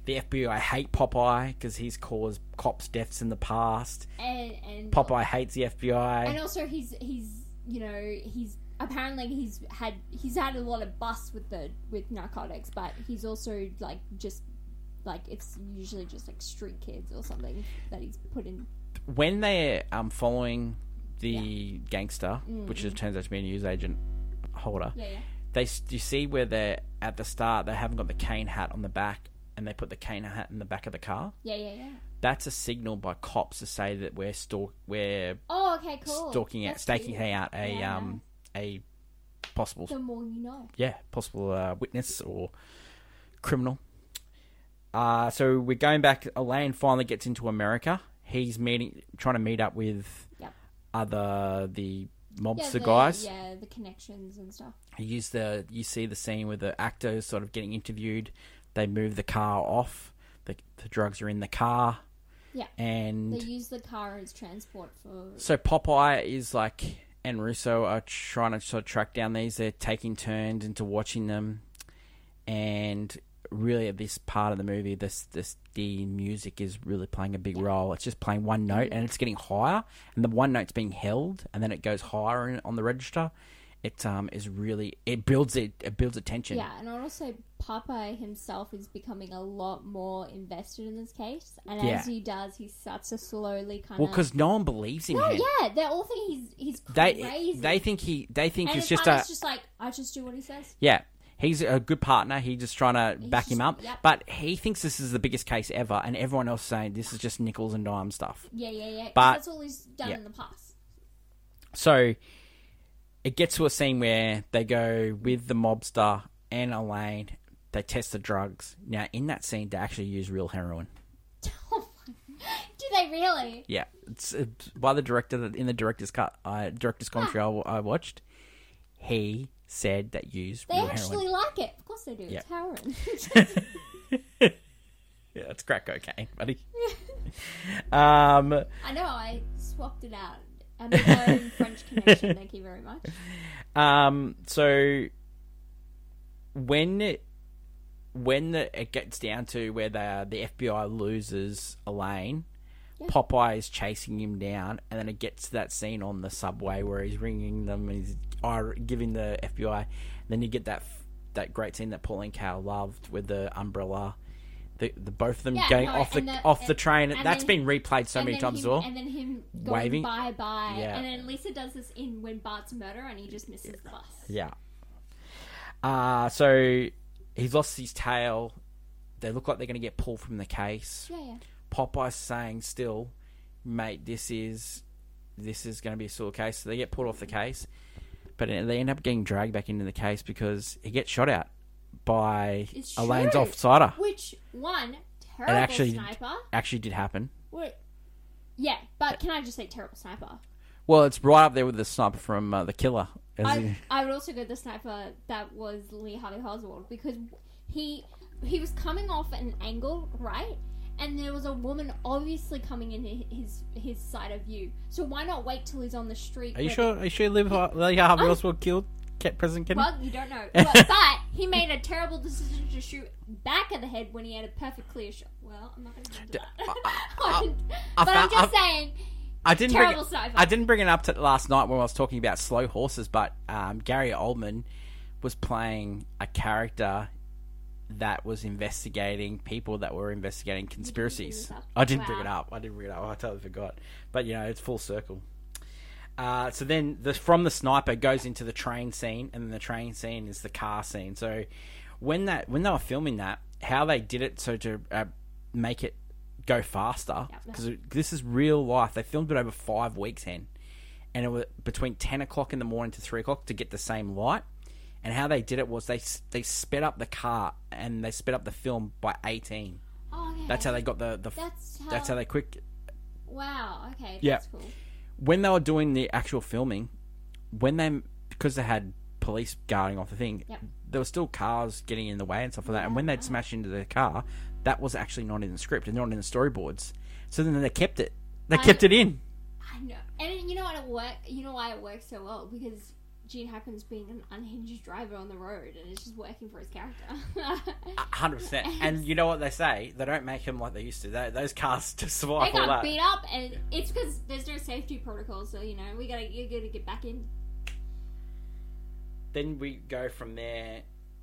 S1: The FBI hate Popeye because he's caused cops deaths in the past.
S2: and and
S1: Popeye hates the FBI.
S2: and also he's he's you know he's apparently he's had he's had a lot of busts with the with narcotics, but he's also like just like it's usually just like street kids or something that he's put in.
S1: when they're um, following the gangster, which
S2: Mm.
S1: is, turns out to be a newsagent holder,
S2: Yeah, yeah.
S1: they s- you see where they're at the start. They haven't got the cane hat on the back, and they put the cane hat in the back of the car.
S2: Yeah, yeah, yeah.
S1: That's a signal by cops to say that we're stalk we're
S2: Oh, okay, cool.
S1: stalking out,
S2: That's
S1: staking
S2: cute.
S1: out a
S2: Yeah,
S1: um a possible
S2: The more you know.
S1: yeah, possible uh, witness or criminal. Uh, so we're going back. Elaine finally gets into America. He's meeting, trying to meet up with
S2: Yep.
S1: other the
S2: Yeah,
S1: mobster
S2: the,
S1: guys.
S2: Yeah, the connections and stuff.
S1: You use the you see the scene where the actor is sort of getting interviewed. They move the car off. The, the drugs are in the car.
S2: Yeah.
S1: and
S2: They use the car as transport for.
S1: So Popeye is like, and Russo are trying to sort of track down these. They're taking turns into watching them, and really at this part of the movie, this this the music is really playing a big role. It's just playing one note, and it's getting higher, and the one note's being held, and then it goes higher in, on the register. It um is really it builds it it builds attention.
S2: Yeah, and also Popeye himself is becoming a lot more invested in this case, and
S1: Yeah.
S2: as he does, he starts to slowly kind
S1: Well,
S2: of.
S1: because no one believes in
S2: no,
S1: him.
S2: yeah, they all think he's he's
S1: They
S2: crazy.
S1: they think he they think
S2: and
S1: he's
S2: at
S1: just
S2: times
S1: a
S2: it's just like I just do what he says.
S1: Yeah. He's a good partner. He's just trying to back him
S2: just-
S1: up.
S2: yep.
S1: But he thinks this is the biggest case ever, and everyone else saying this is just nickels and dime stuff.
S2: Yeah, yeah, yeah. 'cause
S1: But-
S2: that's all he's done
S1: yeah.
S2: in the past.
S1: So it gets to a scene where they go with the mobster and Elaine. They test the drugs. Now, in that scene, they actually use real heroin.
S2: Oh my- Do they really?
S1: Yeah, it's, it's by the director that in the director's cut, I, director's commentary I w I I, watched. He said that used
S2: They
S1: real
S2: actually
S1: heroin.
S2: like it. Of course they do.
S1: Yeah.
S2: It's heroin.
S1: Yeah, it's crack cocaine, buddy. um,
S2: I know. I swapped it out. I made my own French connection. Thank you very much.
S1: Um, so when it, when the, it gets down to where the the FBI loses Elaine, Popeye is chasing him down, and then it gets to that scene on the subway where he's ringing them and he's ir- giving the FBI. then you get that f- that great scene that Pauline Kael loved with the umbrella. The, the both of them
S2: Yeah,
S1: going
S2: no,
S1: off the,
S2: and the-
S1: off the
S2: and-
S1: train.
S2: and
S1: That's
S2: then-
S1: been replayed so many
S2: then
S1: times as
S2: him,
S1: well.
S2: And then him
S1: Waving.
S2: waving bye bye.
S1: Yeah.
S2: And then Lisa does this in When Bart's Murder, and he just misses the bus.
S1: Yeah. Uh, so he's lost his tail. They look like they're going to get pulled from the case.
S2: Yeah, yeah.
S1: Popeye's saying still, mate, this is this is going to be a sore case. So they get pulled off the case, but they end up getting dragged back into the case because he gets shot at by
S2: It's
S1: Elaine's
S2: true.
S1: offsider.
S2: Which one terrible
S1: actually-
S2: sniper?
S1: Actually, did happen.
S2: Wait. Yeah, but can I just say terrible sniper?
S1: Well, it's right up there with the sniper from uh, the killer. as
S2: I,
S1: in-
S2: I would also go the sniper that was Lee Harvey Oswald because he he was coming off at an angle right, and there was a woman obviously coming in his his side of view. So why not wait till he's on the street?
S1: Are you
S2: where-
S1: sure? Are you sure Liv Lee Harvey
S2: I'm-
S1: Oswald killed Ke- President Kennedy?
S2: Well, you don't know, but, but he made a terrible decision to shoot back of the head when he had a perfect clear shot. Well, I'm not going to get into that.
S1: uh,
S2: but I'm
S1: found-
S2: just
S1: I've-
S2: saying,
S1: I didn't
S2: Terrible
S1: bring it,
S2: sci-fi.
S1: I didn't bring it up to last night when I was talking about slow horses, but um, Gary Oldman was playing a character that was investigating people that were investigating conspiracies.
S2: this up?
S1: I didn't bring it
S2: Wow.
S1: up. I didn't bring it up. I totally forgot. But you know, it's full circle. Uh, so then, the, from the sniper goes into the train scene, and then the train scene is the car scene. So when that when they were filming that, how they did it so to uh, make it go faster because this is real life. They filmed it over five weeks, hen, and it was between ten o'clock in the morning to three o'clock to get the same light. And how they did it was they s- they sped up the car and they sped up the film by eighteen.
S2: oh, okay.
S1: That's how they got the the. f-
S2: That's how.
S1: that's how they quick
S2: Wow. Okay.
S1: Yeah.
S2: That's cool.
S1: when they were doing the actual filming, when they because they had police guarding off the thing,
S2: Yep.
S1: there were still cars getting in the way and stuff like that. And when they'd smash into the car, that was actually not in the script and not in the storyboards. So then they kept it. They kept it in.
S2: I know, and you know what it work. You know why it works so well because Gene Hackman's being an unhinged driver on the road, and it's just working for his character.
S1: Hundred percent. And you know what they say? They don't make them like they used to. They, those cars to
S2: they
S1: survive all
S2: got
S1: that.
S2: beat up, and it's because there's no safety protocol. So you know we gotta you gotta get back in.
S1: Then we go from there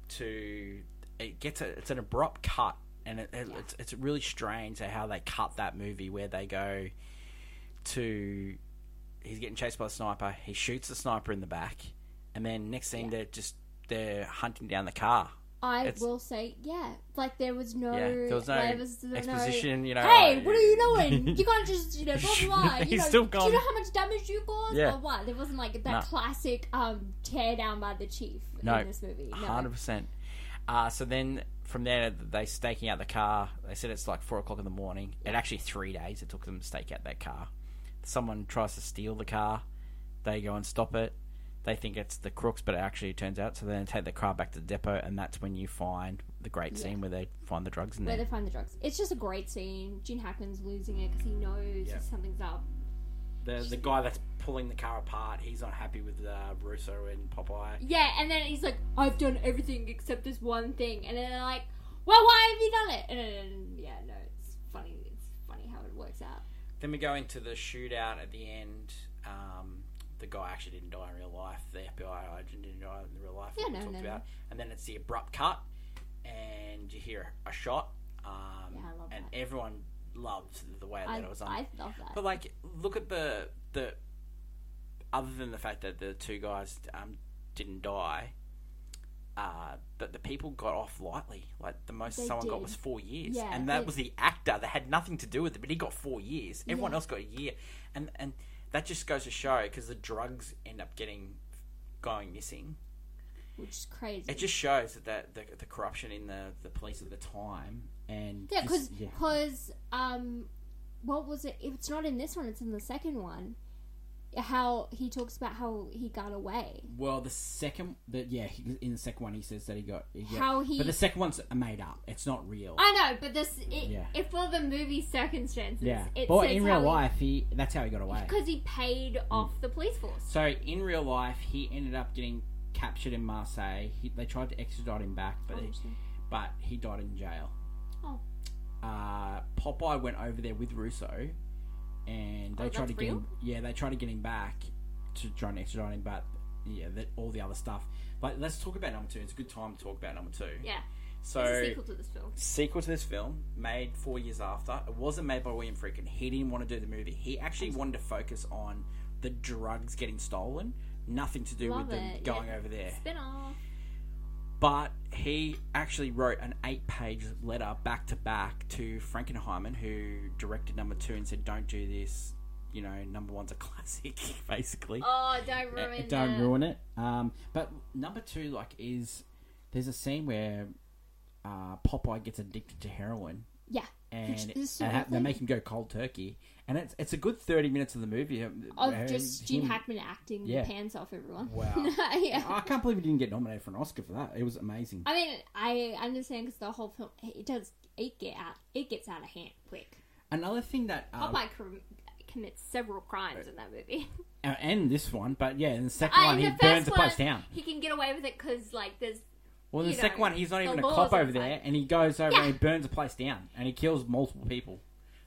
S1: to it gets a, it's an abrupt cut. And it, it, it's, it's really strange how they cut that movie where they go to he's getting chased by the sniper. He shoots the sniper in the back, and then next thing they're just they're hunting down the car.
S2: I
S1: It's-
S2: will say, yeah, like there was no,
S1: Yeah, there was no
S2: there was no-
S1: exposition. You know,
S2: Hey,
S1: like-
S2: what are you doing? You can't just, you know, blah blah. blah. You
S1: He's
S2: know,
S1: still
S2: Do
S1: gone.
S2: you know how much damage you caused?
S1: Yeah.
S2: Or what? There wasn't like that
S1: No.
S2: classic um tear down by the chief
S1: No.
S2: in this movie. No.
S1: Hundred percent. Uh, so then from there they staking out the car. They said it's like four o'clock in the morning. It actually three days it took them to stake out that car. Someone tries to steal the car. They go and stop it. They think it's the crooks, but it actually turns out. So then they take the car back to the depot, and that's when you find the great scene where they find the drugs in
S2: where
S1: there.
S2: they find the drugs. It's just a great scene. Gene Hackman's losing it because he knows
S1: Yeah.
S2: something's up.
S1: The the guy that's pulling the car apart, he's not happy with uh, Russo and Popeye.
S2: Yeah, and then he's like, "I've done everything except this one thing," and then they're like, "Well, why have you done it?" And then, yeah, no, it's funny. It's funny how it works out.
S1: Then we go into the shootout at the end. Um, the guy actually didn't die in real life. The FBI agent didn't die in real life.
S2: Yeah,
S1: like we
S2: no,
S1: talked
S2: no, no.
S1: about. And then it's the abrupt cut, and you hear a shot. Um,
S2: Yeah, I love
S1: and everyone loved the way that
S2: I,
S1: it was.
S2: I
S1: Un-
S2: love that.
S1: but like, look at the the. Other than the fact that the two guys um, didn't die, uh, but the people got off lightly. Like the most
S2: They
S1: someone got
S2: did.
S1: was four years,
S2: Yeah,
S1: and that
S2: it-
S1: was the actor that had nothing to do with it, but he got four years. Everyone else got a year, and and that just goes to show because the drugs end up getting going missing.
S2: which is crazy.
S1: It just shows that that the, the corruption in the, the police at the time and
S2: yeah,
S1: just-
S2: because um, what was it? It's not in this one. It's in the second one. How he talks about how he got away.
S1: Well, the second, the, yeah, he, in the second one, he says that he got. He got-
S2: How he-
S1: But the second one's made up. It's not real.
S2: I know, but this it,
S1: Yeah.
S2: if for the movie circumstances,
S1: yeah.
S2: it
S1: But
S2: says
S1: in real
S2: how
S1: life, he that's how he got away.
S2: because he paid off the police force.
S1: So in real life, he ended up getting captured in Marseille. He, they tried to extradite him back, but he, but he died in jail.
S2: Oh.
S1: Uh, Popeye went over there with Russo, and they
S3: Oh,
S1: tried
S3: that's
S1: to get him.
S3: real?
S1: Yeah, they tried to get him back to try and extradite him, but yeah, that, all the other stuff. But let's talk about number two. It's a good time to talk about number two.
S3: Yeah.
S1: So
S2: It's a sequel to this film.
S1: sequel to this film, made four years after. It wasn't made by William Friedkin. He didn't want to do the movie. He actually wanted to focus on the drugs getting stolen, nothing to do
S2: Love
S1: with them
S2: it,
S1: going
S2: yeah.
S1: over there.
S2: Spin off.
S1: But he actually wrote an eight page letter back to back to Frankenheimen, who directed number two and said, Don't do this. You know, number one's a classic, basically.
S2: Oh, don't
S1: Uh,
S2: ruin it.
S1: don't ruin it. Um, but number two, like, is there's a scene where uh, Popeye gets addicted to heroin,
S2: Yeah.
S1: and,
S2: Which
S1: it-
S2: is
S1: and ha- they
S2: awful.
S1: make him go cold turkey, and it's it's a good thirty minutes of the movie um, where
S2: Of just Gene
S1: him-
S2: Hackman acting
S1: Yeah.
S2: the pants off everyone.
S1: Wow.
S2: yeah.
S1: I can't believe he didn't get nominated for an Oscar for that. It was amazing.
S2: I mean, I understand because the whole film it does it get out it gets out of hand quick.
S1: Another thing that um,
S2: Popeye com- commits several crimes in that movie.
S1: uh, and this one, but yeah, in the second
S2: Ah,
S1: one
S2: in
S1: he
S2: the
S1: burns
S2: first
S1: the place
S2: one,
S1: down.
S2: He can get away with it because like there's
S1: Well, in the
S2: you
S1: second
S2: know,
S1: one he's not
S2: the
S1: even a
S2: laws
S1: cop
S2: are
S1: over there,
S2: fine.
S1: and he goes over
S2: Yeah.
S1: and he burns the place down, and he kills multiple people.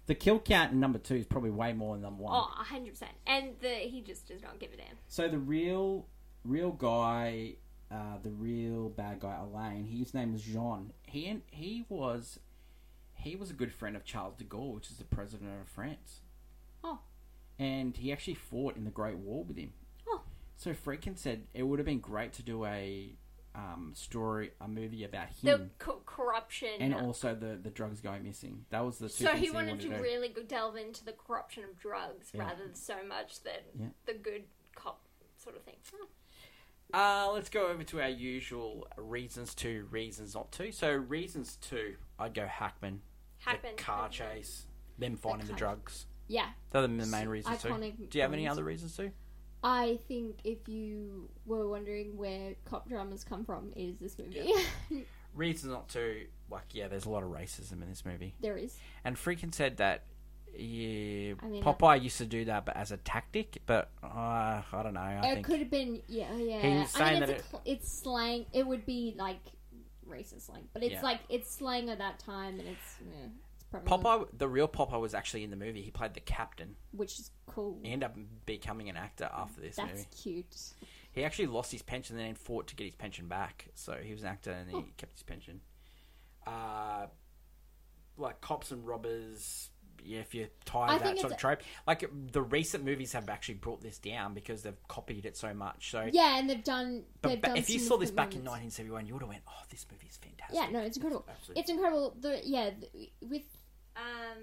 S1: The kill count in number two is probably way more than number one.
S2: oh hundred percent, and the he just does not give a damn.
S1: So the real, real guy, uh, the real bad guy, Elaine. His name was Jean. He and he was, he was a good friend of Charles de Gaulle, which is the president of France.
S2: Oh.
S1: And he actually fought in the Great War with him.
S2: Oh.
S1: So Friedkin said it would have been great to do a um, story, a movie about
S3: The
S1: him,
S3: co- corruption.
S1: and also the the drugs going missing. That was the two
S3: so
S1: things
S3: he wanted
S1: wanted
S3: to
S1: do.
S3: really go- delve into the corruption of drugs
S1: Yeah.
S3: rather than so much that
S1: Yeah.
S3: the good cop sort of thing. Oh,
S1: Uh, let's go over to our usual reasons to, reasons not to. So reasons to, I'd go Hackman.
S3: Hackman.
S1: The car chase. Them finding the,
S2: car-
S1: drugs.
S2: Yeah,
S1: They're the main reasons too.
S2: iconic
S1: Do you have any
S2: moments.
S1: other reasons too?
S2: I think if you were wondering where cop dramas come from, it is this movie.
S1: Reasons not to, like, yeah, there's a lot of racism in this movie.
S2: there is.
S1: And freaking said that yeah,
S2: I mean,
S1: Popeye used to do that but as a tactic, but uh, I don't know. I
S2: it
S1: think
S2: could have been yeah yeah.
S1: He was
S2: I
S1: saying
S2: mean,
S1: that
S2: it's, a cl- it's slang. It would be like racist slang, but it's
S1: Yeah.
S2: like it's slang of that time, and it's yeah, it's probably
S1: Popeye, the real Popeye was actually in the movie. He played the captain.
S2: which is cool.
S1: He ended up becoming an actor after this
S2: That's
S1: movie.
S2: cute.
S1: He actually lost his pension and then fought to get his pension back. So he was an actor and he kept his pension. Uh, like cops and robbers. Yeah, if you're tired
S2: I
S1: of that
S2: think
S1: sort of
S2: it's-
S1: trope, like the recent movies have actually brought this down because they've copied it so much. So,
S2: Yeah, and they've done.
S1: but,
S2: they've
S1: but
S2: done
S1: if you
S2: some
S1: saw this back in
S2: moments.
S1: 1971, you would have went, "Oh, this movie is fantastic."
S2: Yeah, no, it's incredible.
S1: Absolutely.
S2: It's incredible. The yeah, the, with um,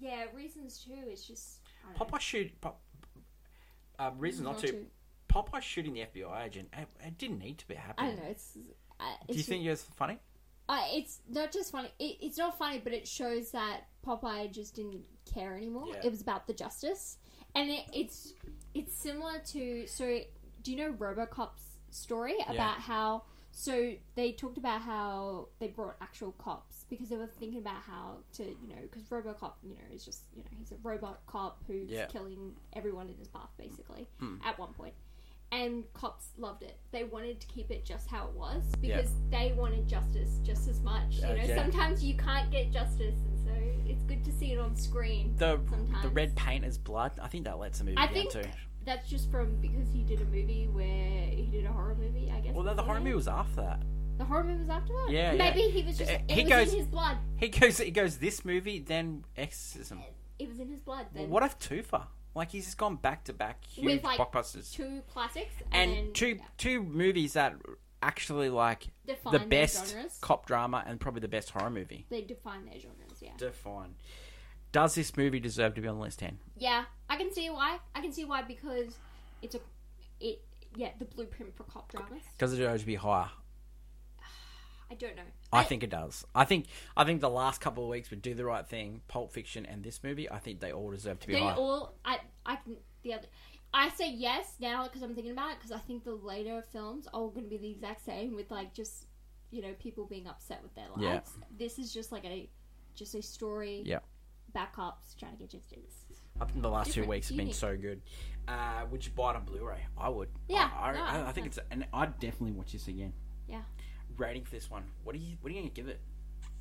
S2: yeah, reasons too. It's just I don't know.
S1: Popeye shoot. Pop, uh, reason not,
S2: Mm, Not
S1: to.
S2: to.
S1: Popeye shooting the FBI agent. It, it didn't need to be
S2: I
S1: happening.
S2: don't know. It's. Uh, it's
S1: Do you think it's funny?
S2: uh, it's not just funny? It, it's not funny, but it shows that Popeye just didn't care anymore.
S1: Yeah.
S2: It was about the justice, and it, it's it's similar to. So, do you know RoboCop's story about how? So they talked about how they brought actual cops because they were thinking about how to, you know, because RoboCop, you know, is just, you know, he's a robot cop who's
S1: Yeah.
S2: killing everyone in his path, basically, at one point and cops loved it. They wanted to keep it just how it was
S1: Yeah.
S2: because they wanted justice just as much. You
S1: Uh,
S2: know,
S1: yeah.
S2: sometimes you can't get justice, and so it's good to see it on screen.
S1: The the
S2: Sometimes.
S1: red paint is blood. I think that lets the movie
S2: I
S1: down
S2: think-
S1: too.
S2: That's just from because he did a movie where he did a horror movie, I guess.
S1: Well, Oh, the, the
S2: Mm.
S1: horror movie was after that.
S2: The horror movie was after that.
S1: Yeah, yeah.
S2: maybe he was just.
S1: Uh,
S2: It
S1: he
S2: was
S1: goes-
S2: in his blood.
S1: He goes, he goes. This movie, then Exorcism.
S2: It was in his blood.
S1: Well,
S2: Then
S1: what a twofer! Like he's just gone back to back huge
S2: With, like,
S1: blockbusters
S2: two classics
S1: and
S2: and, then,
S1: two
S2: yeah,
S1: two movies that actually like
S2: define
S1: the
S2: their
S1: best
S2: genres.
S1: cop drama and probably the best horror movie.
S2: They define their genres. Yeah,
S1: Define. Does this movie deserve to be on the list ten?
S2: yeah. I can see why. I can see why because it's a. It yeah, the blueprint for cop dramas.
S1: Does it urge to be higher?
S2: I don't know.
S1: I think it does. I think I think the last couple of weeks with Do the Right Thing, Pulp Fiction, and this movie, I think they all deserve to be
S2: They
S1: higher.
S2: all. I I can the other. I say yes now because I'm thinking about it because I think the later films are all going to be the exact same with like just you know people being upset with their lives.
S1: Yeah.
S2: This is just like a just a story.
S1: Yeah.
S2: Back ups trying to get justice.
S1: Up in the last two
S2: different,
S1: weeks have been
S2: unique.
S1: so good. Uh, would you buy it on Blu-ray? I would.
S2: Yeah,
S1: I, I,
S2: no,
S1: I, I think
S2: no.
S1: it's and I'd definitely watch this again.
S2: Yeah.
S1: Rating for this one. What are you What are you gonna give it?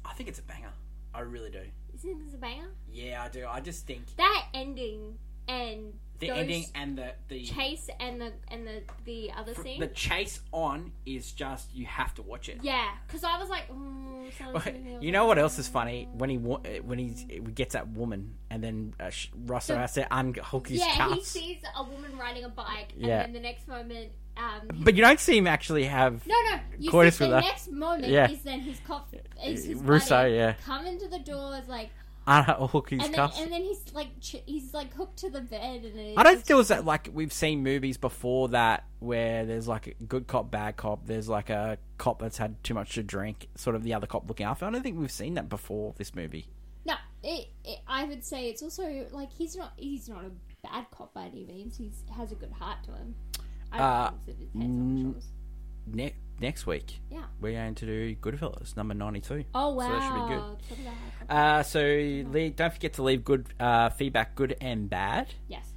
S1: I think it's a banger. I really do.
S2: Isn't this a banger?
S1: Yeah, I do. I just think
S2: That ending and
S1: the
S2: those
S1: ending and the the
S2: chase and the and the the other
S1: fr-
S2: scene.
S1: the chase on is just you have to watch it.
S2: Yeah, because I was like, mm, sounds
S1: Well,
S2: familiar.
S1: You know what else is funny? When he wa- uh, when he's, he gets that woman, and then uh, sh- Russo
S2: The-
S1: has to unhook his
S2: yeah, he
S1: cuffs.
S2: sees a woman riding a bike, and
S1: Yeah.
S2: then the next moment, um,
S1: But you don't see him actually have.
S2: no, no, you
S1: Coitus
S2: see the
S1: with her.
S2: next moment
S1: Yeah. Uh,
S2: is then his cough, is his
S1: Russo,
S2: buddy
S1: yeah.
S2: come into the door is like,
S1: Unhook his
S2: and then,
S1: cuffs.
S2: and then he's like, ch- he's like hooked to the bed, and it's
S1: I don't
S2: just-
S1: feel that like we've seen movies before that where there's like a good cop, bad cop. There's like a cop that's had too much to drink, sort of the other cop looking after. I don't think we've seen that before this movie.
S2: No, it, it, I would say it's also like he's not he's not a bad cop by any means. He has a good heart to him. I don't
S1: Uh,
S2: think it's heads on
S1: mm,
S2: shoulders.
S1: Ne- next week,
S2: Yeah.
S1: we're going to do Goodfellas number ninety-two.
S2: Oh
S1: so
S2: wow,
S1: that should be good.
S2: Talk about how cop-
S1: Uh, so leave, don't forget to leave good uh, feedback, good and bad,
S2: yes,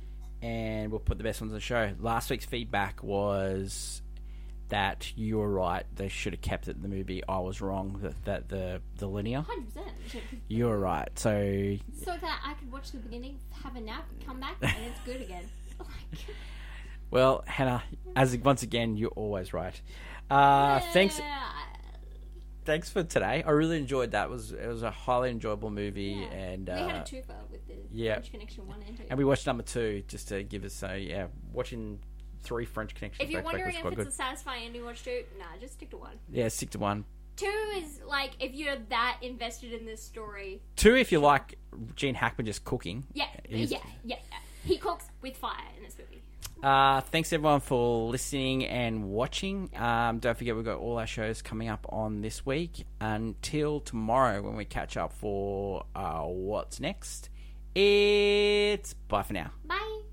S1: and we'll put the best ones on the show. Last week's feedback was that you were right; they should have kept it in the movie. I was wrong that, that the the linear.
S2: hundred percent.
S1: You were right. So
S2: So that I could watch the beginning, have a nap, come back, and it's good again. Oh Like,
S1: well, Hannah, as once again, you're always right. Uh, Thanks,
S2: yeah,
S1: thanks for today. I really enjoyed that. It was it was a highly enjoyable movie,
S2: Yeah.
S1: and
S2: we
S1: uh,
S2: had a twofer with the
S1: yeah.
S2: French Connection one and two.
S1: and we watched number two just to give us a yeah watching. Three French connections.
S2: if you're
S1: back to back
S2: wondering
S1: was
S2: if
S1: quite
S2: it's
S1: good.
S2: a satisfying ending, watch two. Nah, just stick to one.
S1: Yeah, stick to one.
S2: Two is like if you're that invested in this story.
S1: Two, if you like Gene Hackman just cooking.
S2: Yeah,
S1: He's-
S2: yeah, yeah. yeah. He cooks with fire in this movie.
S1: Uh, thanks everyone for listening and watching. Um, don't forget we've got all our shows coming up on this week until tomorrow when we catch up for uh, what's next. It's bye for now.
S2: Bye.